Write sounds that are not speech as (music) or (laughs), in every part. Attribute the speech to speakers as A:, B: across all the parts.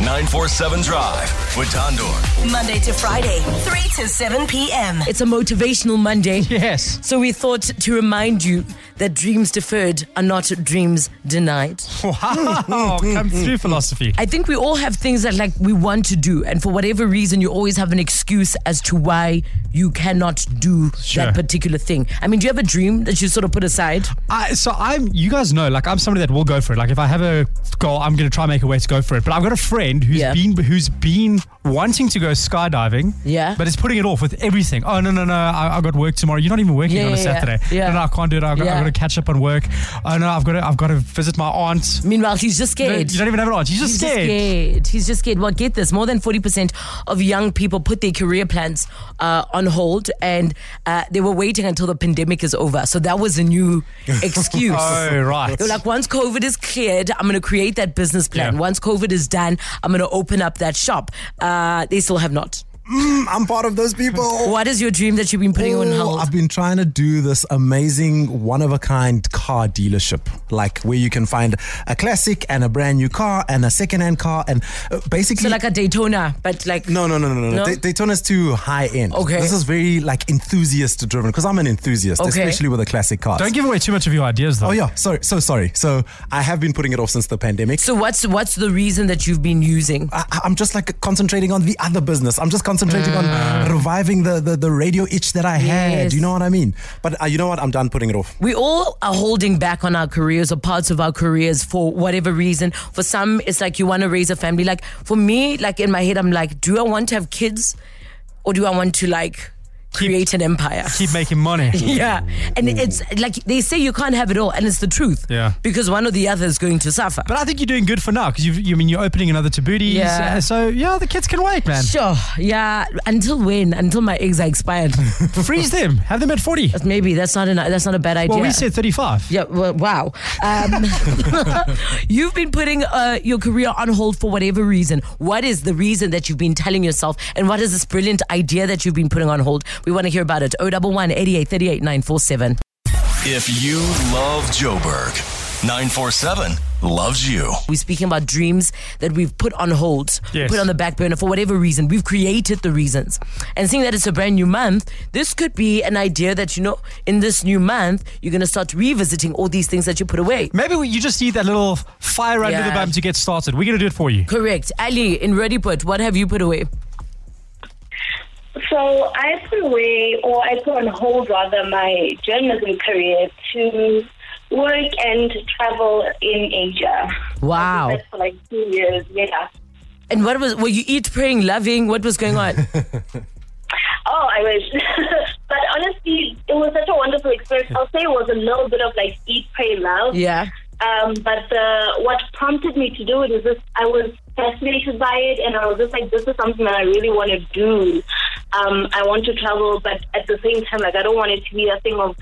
A: 947 Drive with Tondor.
B: Monday to Friday, 3 to 7 p.m.
C: It's a motivational Monday.
D: Yes.
C: So we thought to remind you that dreams deferred are not dreams denied.
D: (laughs) Wow. Come through philosophy.
C: I think we all have things that like we want to do, and for whatever reason, you always have an excuse as to why you cannot do
D: Sure.
C: that particular thing. I mean, do you have a dream that you sort of put aside?
D: I, so I'm, you guys know, like I'm somebody that will go for it. Like if I have a goal, I'm going to try and make a way to go for it. But I've got a friend who's
C: Yeah.
D: been, who's been wanting to go skydiving.
C: Yeah.
D: But is putting it off with everything. Oh no no no! I, I got work tomorrow. You're not even working
C: Yeah,
D: on
C: yeah,
D: a
C: yeah.
D: Saturday.
C: Yeah.
D: No, no, I can't do it. I've got,
C: Yeah.
D: I've got to catch up on work. Oh no, I've got to, I've got to visit my aunt.
C: Meanwhile, he's just
D: You
C: scared.
D: don't, you don't even have an aunt. She's just
C: He's
D: scared.
C: just scared. He's just scared. Well, get this: more than forty percent of young people put their career plans uh, on hold, and uh, they were waiting until the pandemic is over. So that was a
D: (laughs)
C: new excuse.
D: Oh right.
C: They're like, once COVID is cleared, I'm going to create that business plan.
D: Yeah.
C: Once COVID is done, I'm going to open up that shop. Uh, they still have not.
E: I'm part of those people.
C: What is your dream that you've been putting on
E: Oh,
C: hold?
E: I've been trying to do this amazing one of a kind car dealership, like where you can find a classic and a brand new car and a second hand car and uh, basically
C: So like a Daytona, but like
E: No, no, no, no, no.
C: No?
E: no? They, Daytona's too high end.
C: Okay.
E: This is very like enthusiast driven because I'm an enthusiast,
C: Okay.
E: especially with the classic cars.
D: Don't give away too much of your ideas though.
E: Oh yeah, sorry, so sorry. So I have been putting it off since the pandemic.
C: So what's what's the reason that you've been using?
E: I, I'm just like concentrating on the other business. I'm just concentrating on reviving the, the the radio itch that I
C: Yes.
E: had. You know what I mean? But uh, you know what? I'm done putting it off.
C: We all are holding back on our careers or parts of our careers for whatever reason. For some, it's like you want to raise a family. Like for me, like in my head, I'm like, do I want to have kids, or do I want to like create an empire?
D: Keep
C: (laughs)
D: making money.
C: Yeah. And it's like they say you can't have it all, and it's the truth.
D: Mm. Yeah.
C: Because one or the other is going to suffer.
D: But I think you're doing good for now because you you mean you're opening another Tabuti.
C: Yeah.
D: Uh, so yeah, the kids can
C: (laughs)
D: wait, man.
C: sure. Yeah. Until when? Until my eggs are
D: (laughs)
C: expired.
D: Freeze them. Have them at 40.
C: Maybe that's not an, that's not a bad idea.
D: Well, we said 35.
C: Yeah, well, wow.
D: (laughs)
C: Um, you've been putting uh, your career on hold for whatever reason. What is the reason that you've been telling yourself? And what is this brilliant idea that you've been putting on hold? We want to hear about it. 011 88 38 947.
A: If you love Joburg, 947 loves you.
C: We're speaking about dreams that we've put on hold,
D: Yes.
C: put on the back burner for whatever reason. We've created the reasons. And seeing that it's a brand new month, this could be an idea that, you know, in this new month, you're going to start revisiting all these things that you put away.
D: Maybe we, you just need that little fire under
C: Yeah.
D: the bum to get started. We're going to do it for you.
C: Correct. Ali, in Ready Put, what have you put away?
F: So I put away, or I put on hold rather, my journalism career to work and travel in Asia.
C: Wow.
F: I did that for like two years, yeah.
C: And what was were you eat, praying, loving? What was going on?
F: Oh, I wish. (laughs) but honestly, it was such a wonderful experience. I'll say it was a little bit of like eat, pray, love.
C: yeah.
F: Um, but the, what prompted me to do it is this: I was fascinated by it, and I was just like, "This is something that I really want to do. Um, I want to travel, but at the same time, like, I don't want it to be a thing of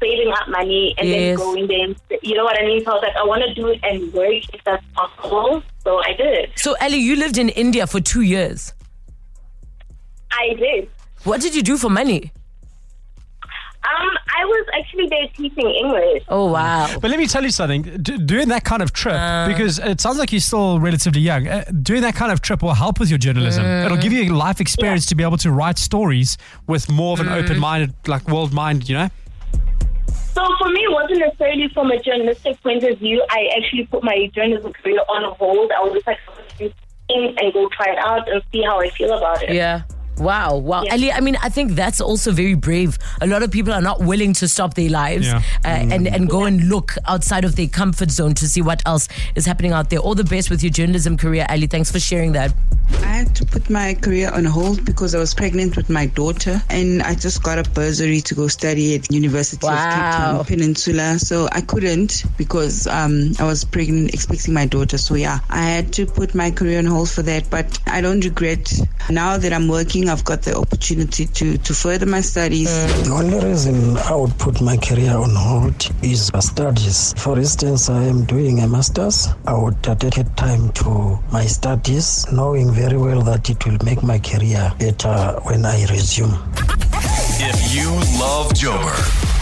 F: saving up money and
C: Yes.
F: then going there. And, you know what I mean? So I was like, I want to do it and work if that's possible. So I did.
C: So Ali, you lived in India for two years.
F: I did.
C: What did you do for money?
F: Um, I was actually there teaching English.
C: Oh wow.
D: But let me tell you something. D- doing that kind of trip,
C: Uh.
D: because it sounds like you're still relatively young, uh, doing that kind of trip will help with your journalism.
C: Mm.
D: It'll give you a life experience to be able to write stories with more of an
C: Mm-hmm.
D: open minded, like world mind, you know?
F: So for me, it wasn't necessarily from a journalistic point of view. I actually put my journalism career on hold. I was just like, "Mm, and go try it out and see how I feel about it.
C: Yeah. Wow, wow.
F: Yeah.
C: Ali, I mean, I think that's also very brave. A lot of people are not willing to stop their lives
D: Yeah. Mm.
C: uh, and, and go and look outside of their comfort zone to see what else is happening out there. All the best with your journalism career, Ali. Thanks for sharing that.
G: I had to put my career on hold because I was pregnant with my daughter and I just got a bursary to go study at University of Cape
C: Wow.
G: Town Peninsula. So I couldn't because um, I was pregnant, expecting my daughter. So yeah, I had to put my career on hold for that. But I don't regret. Now that I'm working, I've got the opportunity to, to further my studies.
H: The only reason I would put my career on hold is studies. For instance, I am doing a master's. I would dedicate time to my studies, knowing very well that it will make my career better when I resume.
A: If you love Joburg,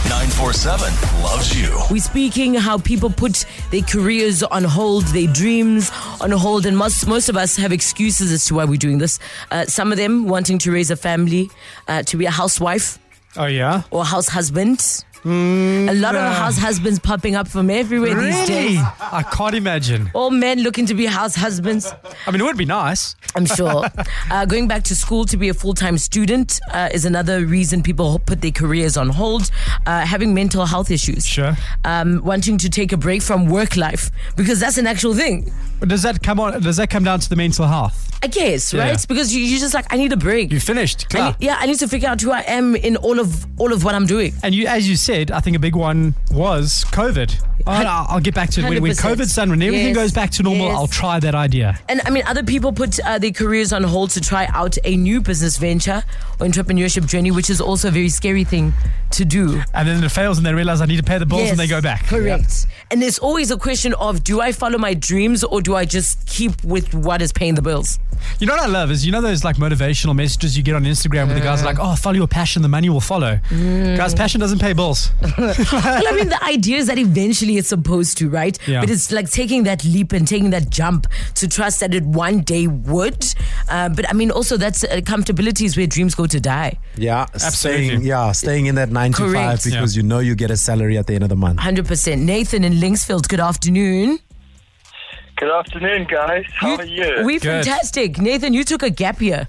A: 947 loves you.
C: We're speaking how people put their careers on hold, their dreams on hold, and most, most of us have excuses as to why we're doing this. Uh, some of them wanting to raise a family, uh, to be a housewife
D: Oh, yeah?
C: or house husband. a lot
D: nah.
C: of house husbands popping up from everywhere these
D: Mm, Really?
C: days.
D: I can't imagine.
C: All men looking to be house husbands.
D: I mean, it would be nice.
C: I'm sure. (laughs) uh, going back to school to be a full time student uh, is another reason people put their careers on hold. Uh, having mental health issues.
D: Sure.
C: Um, wanting to take a break from work life because that's an actual thing.
D: But does that come on? Does that come down to the mental health?
C: I guess,
D: Yeah.
C: right? Because you, you're just like, I need a break.
D: You finished,
C: I
D: clear.
C: need- yeah, I need to figure out who I am in all of all of what I'm doing.
D: And you, as you said, I think a big one was COVID. Oh,
C: Hun-
D: I'll I'll get back to it when, when
C: 100%.
D: COVID's done, when everything
C: Yes,
D: goes back to normal.
C: yes.
D: I'll try that idea.
C: And I mean, other people put uh, their careers on hold to try out a new business venture or entrepreneurship journey, which is also a very scary thing to do.
D: And then it fails, and they realize I need to pay the bills, and they
C: Yes,
D: go back.
C: Correct. And there's always a question of do I follow my dreams or do I just keep with what is paying the
D: (laughs)
C: bills?
D: You know what I love is you know those like motivational messages you get on Instagram where the guys are like, "Oh, follow your passion, the money will follow."
C: Mm.
D: Guys, passion doesn't pay (laughs) bills.
C: well, I mean, the idea is that eventually it's supposed to, right?
D: Yeah.
C: But it's like taking that leap and taking that jump to trust that it one day would. Uh, but I mean, also, that's uh, comfortability is where dreams go to die.
E: Yeah,
D: Absolutely.
E: Staying, yeah, staying in that nine to five
C: Correct.
E: because you know you get a salary at the end of the month.
C: 100%. Nathan in Linksfield, good afternoon.
I: Good afternoon, guys. How
C: You-
I: are you?
C: We're
D: Good.
C: fantastic. Nathan, you took a gap year.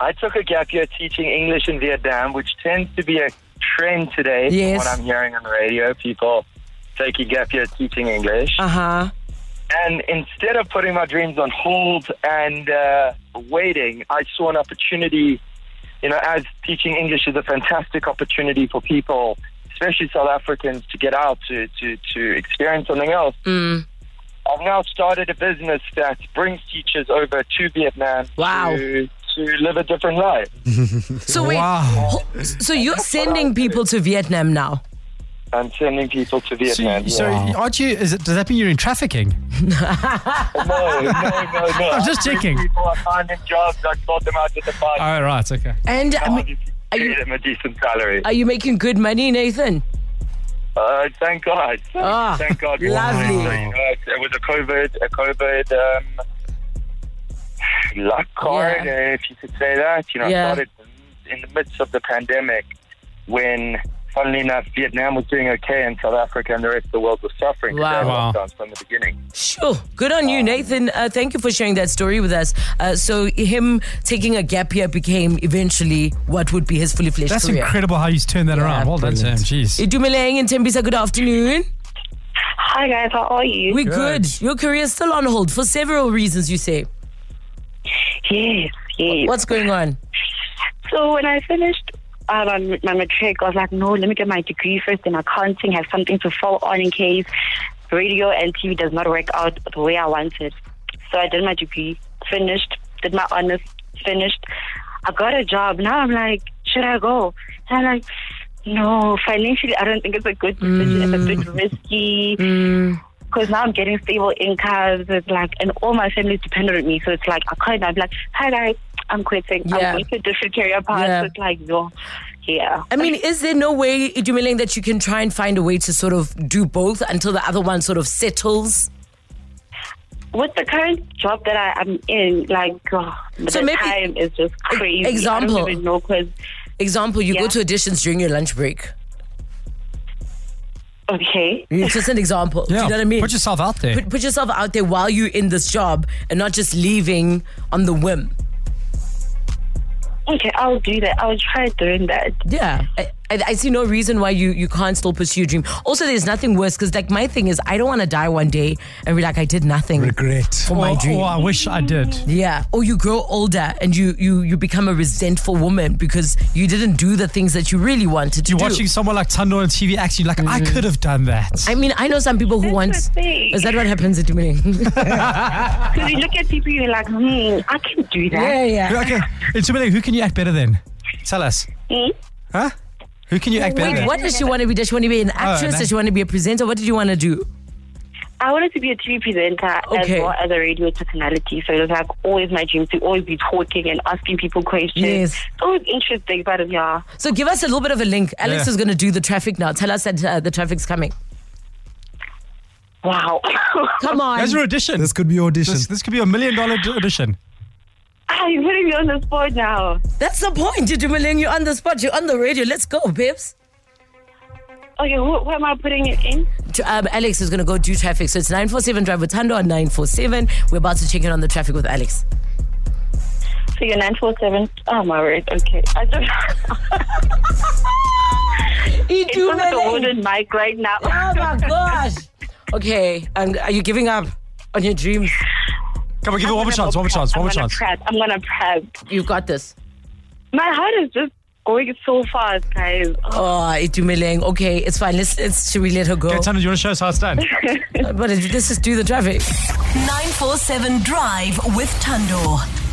I: I took a gap year teaching English in Vietnam, which tends to be a trend today. from
C: Yes.
I: what I'm hearing on the radio, people taking gap year teaching English.
C: Uh huh.
I: And instead of putting my dreams on hold and uh, waiting, I saw an opportunity. You know, as teaching English is a fantastic opportunity for people, especially South Africans, to get out to to, to experience something else.
C: Mm.
I: I've now started a business that brings teachers over to Vietnam
C: Wow.
I: to, to live a different life.
C: So, wait.
D: Wow.
C: ho- So, you're sending people to Vietnam now?
I: I'm sending people to
D: So,
I: Vietnam.
D: so
I: yeah.
D: aren't you? Is it? Does that mean you're in trafficking?
I: no, no, no, no.
D: (laughs) I'm just checking.
I: People are finding jobs. I sought them out at the party.
D: All right, right, okay.
C: And I mean,
I: Obviously,
C: are you-
I: pay them a decent salary.
C: are you making good money, Nathan?
I: Uh, thank God.
C: Ah,
I: thank God. for
C: lovely.
I: that. You know, it, it was a COVID, a COVID um, luck card, eh,
C: Yeah.
I: if you could say that. You know,
C: Yeah.
I: I started in the midst of the pandemic when, funnily enough, Vietnam was doing okay and South Africa and the rest of the world was suffering. 'cause
C: Wow.
I: they had
D: Wow.
I: lockdowns From the beginning.
C: Sure. Good on you, Nathan. Uh, thank you for sharing that story with us. Uh, so, him taking a gap year became eventually what would be his fully fledged
D: That's
C: career.
D: incredible how he's turned that around. Well done, Sam.
E: brilliant.
D: Jeez.
C: Idumeleng and Tembisa, good afternoon.
F: Hi guys, how are you?
C: We're good. Your career is still on hold for several reasons, you say.
F: Yes, yes.
C: What's going on?
F: So when I finished um, my- my matric, I was like, no, let me get my degree first in accounting, have something to fall on in case radio and TV does not work out the way I wanted. So I did my degree, finished, did my honors, finished. I got a job. Now I'm like, should I go? And I'm like, no, financially, I don't think it's a good decision. It's a bit risky. Because now I'm getting stable income, it's like, and all my family's dependent on me. So it's like, I can't. I'm like, hi guys, I'm quitting.
C: Yeah.
F: I'm going to a different career path.
C: Yeah.
F: So it's like, no, yeah.
C: I mean, is there no way, Idumeleng, that you can try and find a way to sort of do both until the other one sort of settles?
F: With the current job that I, I'm in, like, oh,
C: So
F: the
C: maybe- e-,
F: time is just crazy. I
C: example.
F: don't even know because,
C: Example, you go
F: Yeah.
C: to auditions during your lunch break.
F: okay.
C: It's just an example. Do you know what I mean?
D: Put yourself out there.
C: put, put yourself out there while you're in this job and not just leaving on the whim.
F: Okay, I'll do that. I'll try doing that.
C: Yeah. I, I, I see no reason why you, you can't still pursue your dream. Also, there's nothing worse because, like, my thing is, I don't want to die one day and be like, I did nothing.
E: Regret.
D: or,
C: my dream.
D: or Oh, I wish I did.
C: Yeah. Or you grow older and you, you, you become a resentful woman because you didn't do the things that you really wanted to
D: You're
C: do. Mm-hmm.
D: watching someone like Tando on TV actually like I could have done that.
C: I mean, I know some people who
F: That's
C: once.
F: the thing.
C: Is that what happens at the beginning?
F: Because you look at people, you're like, hmm, I can do
C: (laughs)
F: that.
C: Uh-huh. yeah.
D: okay, it's really who can you act better than? Tell us,
F: Hmm?
D: huh? Who can you act better
C: Wait,
D: than?
C: what does she want to be? Does she want to be an actress?
D: no.
C: Does she want to be a presenter? What did you want to do?
F: I wanted to be a TV presenter
C: Okay.
F: as well as a radio personality. So it was like always my dream to always be talking and asking people questions.
C: Yes.
F: It's always interesting, but yeah.
C: So give us a little bit of a link. Alex
D: Yeah.
C: is going to do the traffic now. Tell us that uh, the traffic's coming.
F: Wow. (laughs)
C: Come on.
D: As your audition.
E: This could be your audition.
D: This, this could be a million dollar d- audition.
F: I'm putting me on the spot now.
C: That's the point. Did you Maling? You're on the spot. You're on the radio. Let's go, babes.
F: Okay, who, who am I putting it in?
C: T- Um, Alex is going to go do traffic. So it's 947 Drive with Tando on 947. We're about to check in on the traffic with Alex.
F: So you're 947. Oh, my word. Okay. I don't It's on the wooden mic right now.
C: Oh
F: (laughs)
C: my gosh. Okay. And are you giving up on your dreams?
D: Come on, give it one more chance, one more chance, one more chance.
F: I'm gonna prep. I'm gonna prep.
C: You got this.
F: My heart is just going so fast, guys.
C: Oh, Itumeleng. Okay, it's fine. Let's, let's should we let her go? uh,
D: Okay, Tana, do you want to show us how it's done?
C: but let's just do the traffic.
B: 947 Drive with Tando.